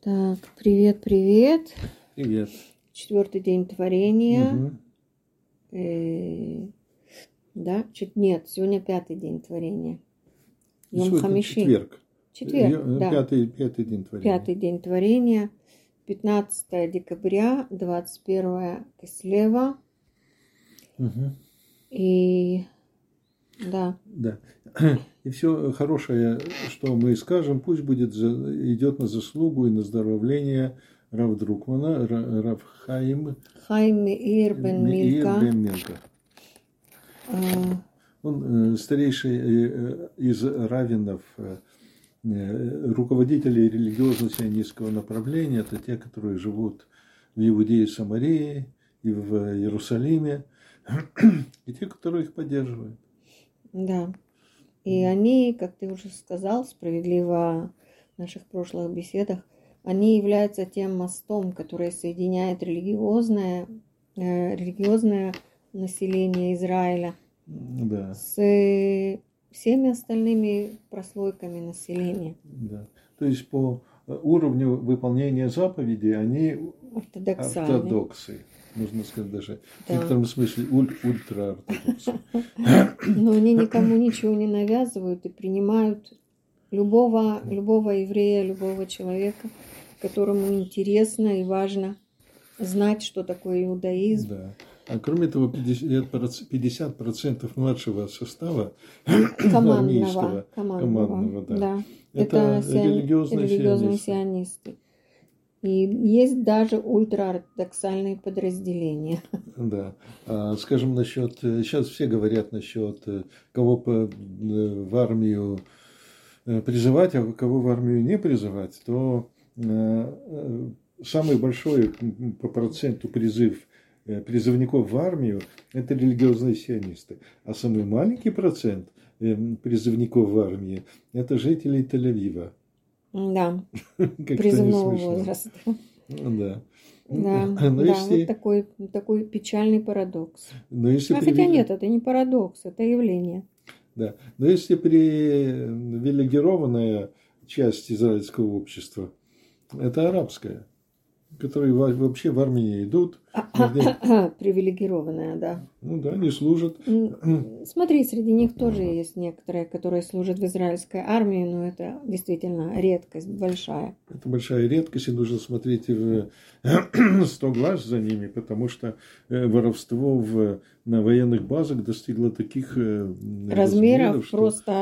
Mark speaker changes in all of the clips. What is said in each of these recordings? Speaker 1: Так, привет, привет.
Speaker 2: Привет.
Speaker 1: Четвертый день творения.
Speaker 2: Мгм.
Speaker 1: Э, Да, чуть нет, сегодня пятый день творения.
Speaker 2: Ну,
Speaker 1: Йом
Speaker 2: сегодня
Speaker 1: Хамиши.
Speaker 2: Четверг.
Speaker 1: Четверг,
Speaker 2: Э,
Speaker 1: да.
Speaker 2: Пятый, пятый день творения.
Speaker 1: Пятый день творения. 15 декабря, 21 Кислева.
Speaker 2: Мгм.
Speaker 1: И да,
Speaker 2: Да. И все хорошее, что мы скажем, пусть будет за- идет на заслугу и на здоровление Рав Друкмана, Ра- Рав Хаим
Speaker 1: Хайми Ирбен
Speaker 2: Меир
Speaker 1: Милька.
Speaker 2: Бен Милка.
Speaker 1: э,
Speaker 2: Он э, старейший э, э, из равенов, э, э, руководителей религиозно-сионистского направления. Это те, которые живут в Иудее и Самарии и в Иерусалиме, и те, которые их поддерживают.
Speaker 1: Да. И они, как ты уже сказал, справедливо в наших прошлых беседах, они являются тем мостом, который соединяет религиозное, э, религиозное население Израиля
Speaker 2: М, Да,
Speaker 1: с э, всеми остальными прослойками населения.
Speaker 2: да. То есть по э, уровню выполнения заповедей они
Speaker 1: Ортодоксальны.
Speaker 2: ортодоксы. Можно сказать даже в
Speaker 1: Да.
Speaker 2: некотором смысле уль- ультраортодоксы.
Speaker 1: Но они никому ничего не навязывают и принимают любого, любого еврея, любого человека, которому интересно и важно знать, что такое иудаизм.
Speaker 2: Да. А кроме того, 50%, 50% младшего состава
Speaker 1: Командного.
Speaker 2: армейского
Speaker 1: Командного,
Speaker 2: командного, да.
Speaker 1: Это,
Speaker 2: это,
Speaker 1: сион-
Speaker 2: религиозные,
Speaker 1: религиозные
Speaker 2: сионисты.
Speaker 1: сионисты. И есть даже ультраортодоксальные подразделения.
Speaker 2: Да. А, скажем, насчет... Сейчас все говорят насчет, э, кого по- э, в армию э, призывать, а кого в армию не призывать, то э, э, самый большой м, по проценту призыв э, призывников в армию – это религиозные сионисты. А самый маленький процент э, м, призывников в армии – это жители Тель-Авива.
Speaker 1: Да,
Speaker 2: Как-то не Ну, а,
Speaker 1: призывного
Speaker 2: смешно.
Speaker 1: возраста.
Speaker 2: Да. Ну
Speaker 1: Да,
Speaker 2: Но
Speaker 1: да, вот
Speaker 2: если,
Speaker 1: такой, такой печальный парадокс.
Speaker 2: но если
Speaker 1: А хотя
Speaker 2: приведи-
Speaker 1: нет, это не парадокс, это явление.
Speaker 2: Да. Но Ну, если привилегированная часть израильского общества, это арабская, которые во- вообще в армии не идут, нигде-
Speaker 1: Привилегированная, да.
Speaker 2: ну да, не служат.
Speaker 1: М, Смотри, среди них тоже есть некоторые, которые служат в израильской армии, но это действительно редкость большая.
Speaker 2: Это большая редкость, и нужно смотреть в сто глаз за ними, потому что э, воровство в, на военных базах достигло таких э, м,
Speaker 1: Размеров
Speaker 2: размеров, что
Speaker 1: просто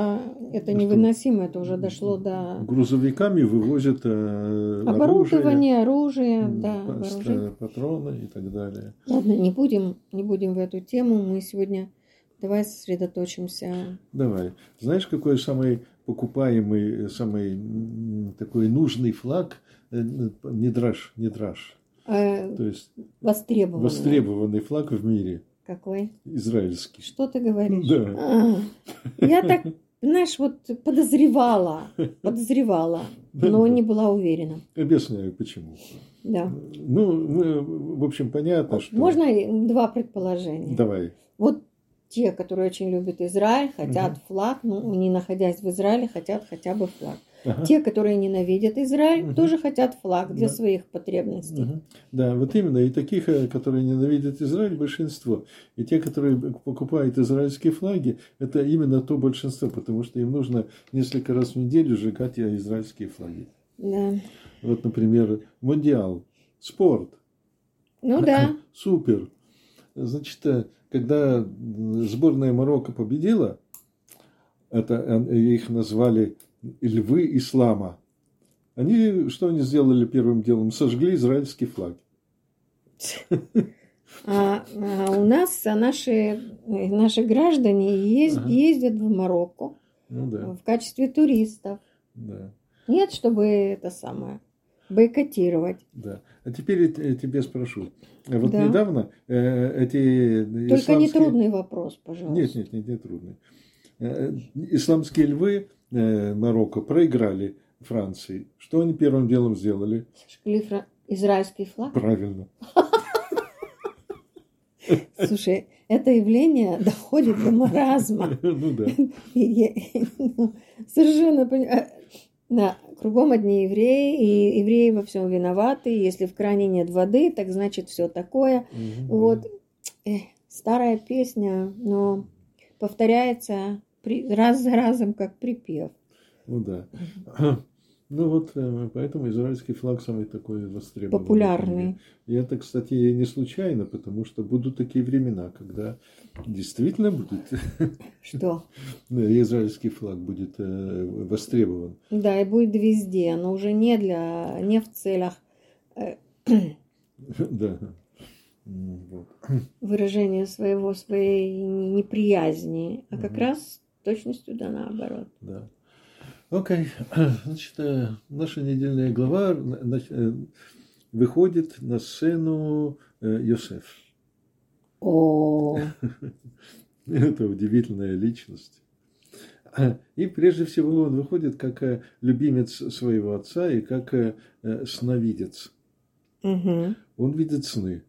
Speaker 1: это
Speaker 2: что-
Speaker 1: невыносимо, это уже дошло до
Speaker 2: грузовиками вывозят э, оружие,
Speaker 1: оборудования, оружия,
Speaker 2: м,
Speaker 1: да,
Speaker 2: паста,
Speaker 1: вооружение.
Speaker 2: патроны и так далее.
Speaker 1: Ладно, не будем, не будем в эту тему. Мы сегодня давай сосредоточимся.
Speaker 2: Давай. Знаешь, какой самый покупаемый, э, самый м, такой нужный флаг? Э, н- п- Недраж, недраж.
Speaker 1: Э,
Speaker 2: То есть
Speaker 1: востребованный.
Speaker 2: востребованный флаг в мире,
Speaker 1: Какой? израильский.
Speaker 2: израильский.
Speaker 1: Что ты говоришь?
Speaker 2: Да.
Speaker 1: А, Я так, знаешь, вот подозревала, подозревала, но не была уверена.
Speaker 2: Объясняю, почему.
Speaker 1: Да.
Speaker 2: Ну, мы, в общем, понятно, что...
Speaker 1: Можно и два предположения?
Speaker 2: Давай.
Speaker 1: Вот те, которые очень любят Израиль, хотят
Speaker 2: Мгм.
Speaker 1: флаг, ну, не находясь в Израиле, хотят хотя бы флаг.
Speaker 2: Ага.
Speaker 1: Те, которые ненавидят Израиль,
Speaker 2: Мгм.
Speaker 1: тоже хотят флаг для
Speaker 2: Да.
Speaker 1: своих потребностей.
Speaker 2: Мгм. Да, вот именно. И таких, э, которые ненавидят Израиль, большинство. И те, которые б- покупают израильские флаги, это именно то большинство, потому что им нужно несколько раз в неделю сжигать э, израильские флаги.
Speaker 1: Да.
Speaker 2: Вот, например, Мундиал, спорт,
Speaker 1: Ну да,
Speaker 2: супер. Значит, э, когда м, сборная Марокко победила, это э, их назвали львы ислама. Они, что они сделали первым делом? Сожгли израильский флаг.
Speaker 1: а, а у нас а, наши, наши граждане ез-
Speaker 2: Ага.
Speaker 1: ездят в Марокко,
Speaker 2: Ну да,
Speaker 1: в качестве туристов.
Speaker 2: да,
Speaker 1: Нет, чтобы это самое бойкотировать.
Speaker 2: да. А теперь я т- тебе спрошу. Э, Вот
Speaker 1: Да.
Speaker 2: недавно э, эти
Speaker 1: Только не
Speaker 2: исламские-
Speaker 1: трудный вопрос, пожалуйста.
Speaker 2: Нет, нет, нет, не трудно. Э, Исламские львы э, Марокко проиграли Франции. Что они первым делом сделали?
Speaker 1: Сожгли фра- израильский флаг.
Speaker 2: Правильно.
Speaker 1: Слушай, это явление доходит до маразма.
Speaker 2: Ну да.
Speaker 1: И я- ну, Совершенно понимаю. э, Кругом одни евреи, и евреи во всем виноваты. Если в кране нет воды, так значит все такое.
Speaker 2: Мгм.
Speaker 1: Вот Эх, старая песня, но повторяется при- раз за разом как припев.
Speaker 2: Ну да. Ну вот, э, поэтому израильский флаг самый такой востребованный.
Speaker 1: Популярный.
Speaker 2: И это, кстати, не случайно, потому что будут такие времена, когда действительно будет
Speaker 1: Что?
Speaker 2: израильский флаг будет э, востребован.
Speaker 1: Да, и будет везде, но уже не для, не в целях э,
Speaker 2: Да. М, вот.
Speaker 1: выражения своего, своей неприязни, а как
Speaker 2: Мгм.
Speaker 1: раз с точностью да наоборот.
Speaker 2: Да. Окей. Значит, э, наша недельная глава на- на- э, выходит на сцену э, Йосеф.
Speaker 1: О,
Speaker 2: Это удивительная личность. И прежде всего он выходит как э, любимец своего отца и как э, э, сновидец.
Speaker 1: мгм.
Speaker 2: Он видит сны.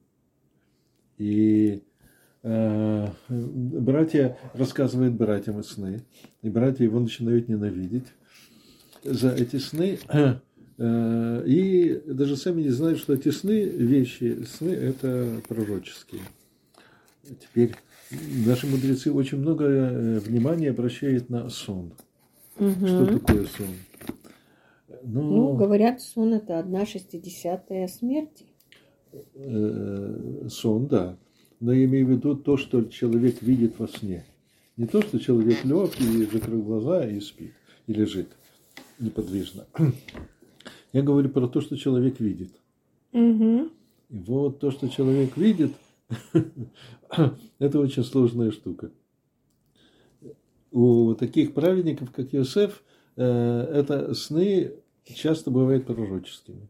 Speaker 2: И э, братья рассказывают братьям сны. И братья его начинают ненавидеть за эти сны. Э, И даже сами не знают, что эти сны, вещи, сны – это пророческие. Теперь наши мудрецы очень много э, внимания обращают на сон. Что
Speaker 1: Мгм.
Speaker 2: такое сон?
Speaker 1: Ну, говорят, сон это одна шестидесятая смерти.
Speaker 2: э, сон, да. Но я имею в виду то, что человек видит во сне. Не то, что человек лег и закрыл глаза и спит, и лежит неподвижно. Я говорю про то, что человек видит.
Speaker 1: Мгм.
Speaker 2: И вот то, что человек видит, это очень сложная штука. У таких праведников, как Иосиф, э, это сны часто бывают пророческими.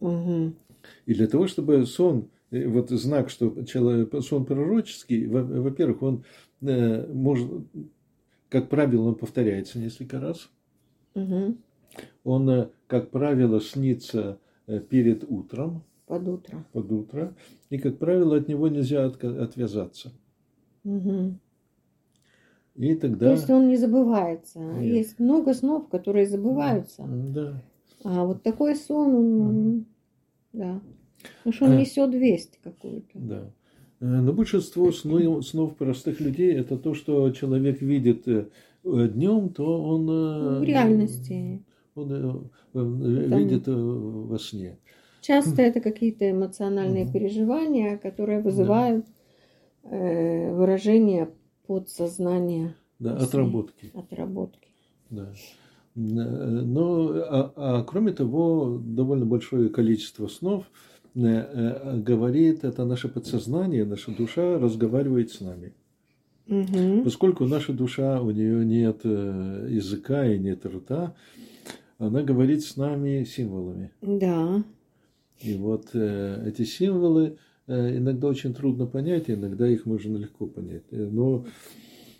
Speaker 1: Мгм.
Speaker 2: И для того, чтобы сон, э, вот знак, что человек, сон пророческий, во- во-первых, он э, может, как правило, он повторяется несколько раз.
Speaker 1: Мгм.
Speaker 2: Он, э, как правило, снится э, перед утром,
Speaker 1: Под утро.
Speaker 2: под утро, и, как правило, от него нельзя отка- отвязаться.
Speaker 1: Мгм.
Speaker 2: И
Speaker 1: То
Speaker 2: тогда...
Speaker 1: есть он не забывается.
Speaker 2: Нет.
Speaker 1: Есть много снов, которые забываются.
Speaker 2: М, Да.
Speaker 1: А вот такой сон, он, он- да. Потому что он
Speaker 2: Э.
Speaker 1: несет весть какую-то.
Speaker 2: Да. Э, Но большинство снов, снов простых людей это то, что человек видит днем, то он э,
Speaker 1: Ну, в реальности.
Speaker 2: он э, э,
Speaker 1: Там-
Speaker 2: видит э, во сне.
Speaker 1: Часто это какие-то эмоциональные
Speaker 2: Хм. Мгм.
Speaker 1: переживания, которые вызывают э, выражение подсознания
Speaker 2: Да,
Speaker 1: Во сне.
Speaker 2: отработки.
Speaker 1: отработки.
Speaker 2: Да. Н- э, Но, а, а кроме того, довольно большое количество снов э, э, говорит, это наше подсознание, наша душа разговаривает с нами.
Speaker 1: Мгм.
Speaker 2: Поскольку наша душа, у нее нет э, языка и нет рта, она говорит с нами символами.
Speaker 1: Да.
Speaker 2: И вот э, эти символы э, иногда очень трудно понять, иногда их можно легко понять. Э, Но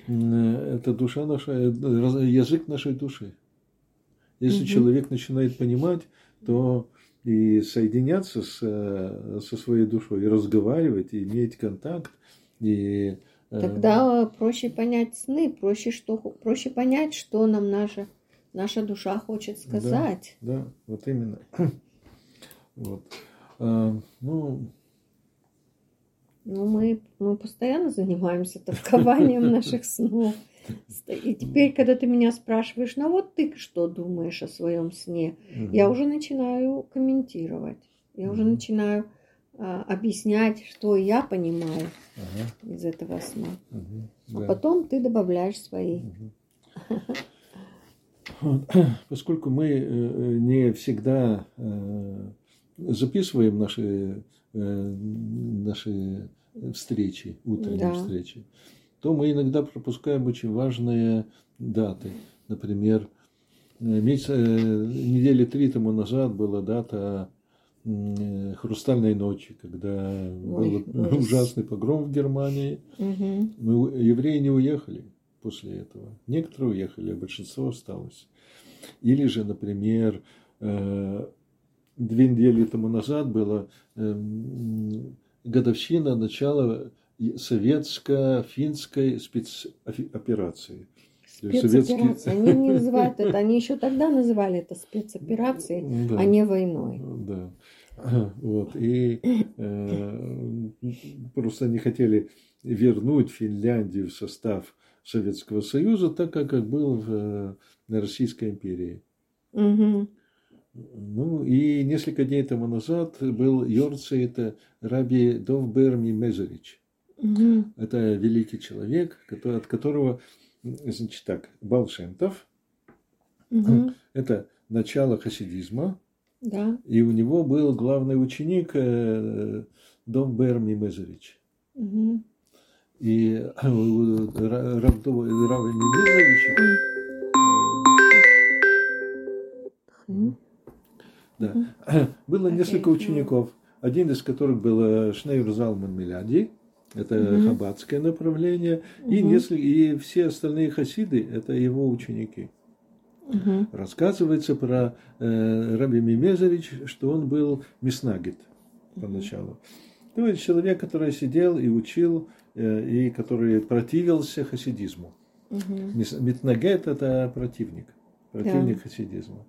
Speaker 2: э, это душа наша, э, раз- язык нашей души. Если
Speaker 1: Мгм.
Speaker 2: человек начинает понимать, то и соединяться с, э, со своей душой, и разговаривать, и иметь контакт, и э,
Speaker 1: Тогда проще понять сны, проще, что, хо- проще понять, что нам наша, наша душа хочет
Speaker 2: Да.
Speaker 1: сказать.
Speaker 2: Да, вот именно. Вот. А, ну,
Speaker 1: Ну, мы, мы постоянно занимаемся толкованием наших снов. Сто- И теперь, когда ты меня спрашиваешь, ну вот ты что думаешь о своем сне, я
Speaker 2: мгм.
Speaker 1: уже начинаю комментировать. Я уже
Speaker 2: Мгм.
Speaker 1: начинаю а, объяснять, что я понимаю
Speaker 2: Ага,
Speaker 1: из этого сна.
Speaker 2: мгм,
Speaker 1: А
Speaker 2: да.
Speaker 1: потом ты добавляешь свои.
Speaker 2: Мгм. Вот, Поскольку мы э, э, не всегда э, записываем наши, э, наши встречи, утренние
Speaker 1: Да.
Speaker 2: встречи, то мы иногда пропускаем очень важные даты. Например, э, месяц- э, недели три тому назад была дата м, э, «Хрустальной ночи», когда был
Speaker 1: ужас.
Speaker 2: ужасный погром в Германии.
Speaker 1: Мгм.
Speaker 2: Ну, евреи не уехали после этого. Некоторые уехали, а большинство осталось. Или же, например, э, две недели тому назад была эм, годовщина начала советско-финской спецоперации. То есть советские-
Speaker 1: Спецоперации. Они не называют это. Они еще тогда называли это спецоперацией,
Speaker 2: Да.
Speaker 1: а не войной.
Speaker 2: Да. Вот. И э, просто они хотели вернуть Финляндию в состав Советского Союза, так как как был в э, на Российской империи.
Speaker 1: Мгм.
Speaker 2: Ну и несколько дней тому назад был Йорце, это Раби Довберми Мезерич.
Speaker 1: Мгм.
Speaker 2: Это великий человек, кото- от которого, м, значит так, Балшентов,
Speaker 1: Мгм.
Speaker 2: это начало хасидизма,
Speaker 1: Да.
Speaker 2: И у него был главный ученик э, Дом Берми Мезович.
Speaker 1: Мгм.
Speaker 2: И э, у Ра- Равдова- Рава Мезовича,
Speaker 1: Мгм.
Speaker 2: да, было
Speaker 1: Окей.
Speaker 2: несколько учеников, один из которых был э, Шнейр Залман Миляди, это
Speaker 1: Мгм.
Speaker 2: хаббатское направление, и,
Speaker 1: Мгм.
Speaker 2: несколько, и все остальные хасиды – это его ученики.
Speaker 1: Мгм.
Speaker 2: Рассказывается про э, Раби Мимезович, что он был мяснагит поначалу. То есть человек, который сидел и учил, э, и который противился хасидизму.
Speaker 1: Мгм.
Speaker 2: Мис- Митнагет – это противник, противник хасидизма.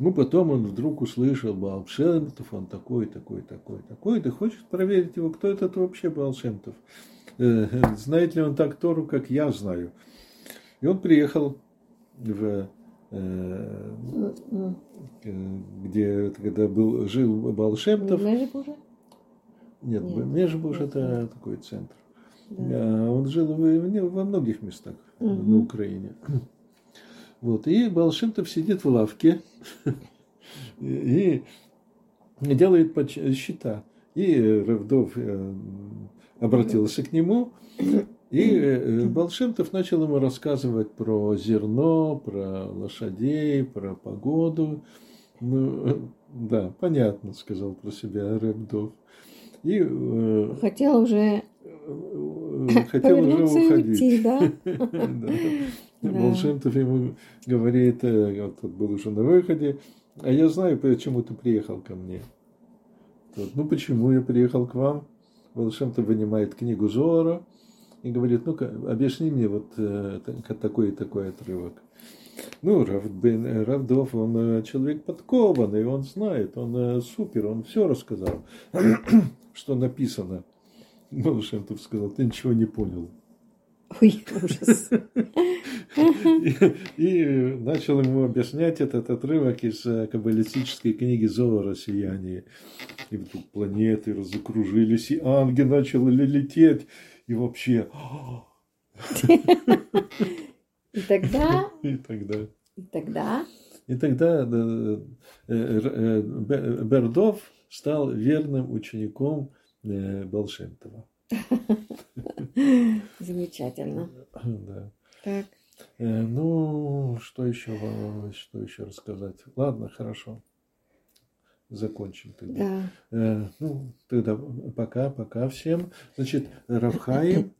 Speaker 2: Ну, потом он вдруг услышал Баалшемтов, он такой, такой, такой, такой, ты хочешь проверить его, кто этот вообще Баалшемтов? Э, Знает ли он так Тору, как я знаю? И он приехал в э,
Speaker 1: Мгм.
Speaker 2: э, где когда был, жил Балшемтов,
Speaker 1: Меджик уже?
Speaker 2: нет,
Speaker 1: Нет.
Speaker 2: Межбуш это такой центр.
Speaker 1: Да.
Speaker 2: А Он жил в- в- во многих местах
Speaker 1: Мгм.
Speaker 2: на Украине. Вот, и Балшемтов сидит в лавке и и делает подсч- счета. И Равдов э, обратился к нему, и э, Балшемтов начал ему рассказывать про зерно, про лошадей, про погоду. Ну, э, да, понятно, сказал про себя Равдов. И э,
Speaker 1: Хотел уже
Speaker 2: Э, хотел уже
Speaker 1: повернуться и
Speaker 2: уходить.
Speaker 1: уйти, да?
Speaker 2: Да.
Speaker 1: Да.
Speaker 2: Волшебтов ему говорит, э, вот тот был уже на выходе, а я знаю, почему ты приехал ко мне. Тот, ну почему я приехал к вам? Волшебтов вынимает книгу Зора и говорит, ну-ка, объясни мне вот э, та- такой и такой отрывок. Ну, Рав Бен- э, Равдов, он э, человек подкованный, он знает, он э, супер, он все рассказал, что написано. Волшебтов сказал, ты ничего не понял.
Speaker 1: Ой, ужас.
Speaker 2: И, и начал ему объяснять этот отрывок из э, каббалистической книги Зора «Сияние». И вдруг планеты разокружились, и ангел начал лететь. И вообще,
Speaker 1: И тогда,
Speaker 2: и тогда.
Speaker 1: и тогда,
Speaker 2: И тогда э, э, э, Бе- Бердов стал верным учеником э, Болшемтова.
Speaker 1: замечательно.
Speaker 2: Да.
Speaker 1: Так,
Speaker 2: Э, Ну, что еще, вам- что еще рассказать? Ладно, хорошо. Закончим тогда.
Speaker 1: да.
Speaker 2: Э, Ну, тогда пока, пока всем. Значит, Равхаим,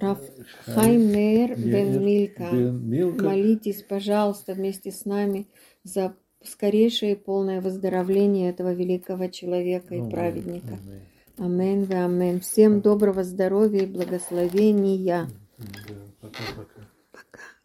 Speaker 1: Раф Хайм Мейер
Speaker 2: Мейер,
Speaker 1: Бен Милька,
Speaker 2: Э, Бен Милка,
Speaker 1: молитесь, пожалуйста, вместе с нами за скорейшее и полное выздоровление этого великого человека и
Speaker 2: Амин,
Speaker 1: праведника.
Speaker 2: амин.
Speaker 1: Амен, амен. Всем доброго здоровья и благословения.
Speaker 2: Да, пока, пока.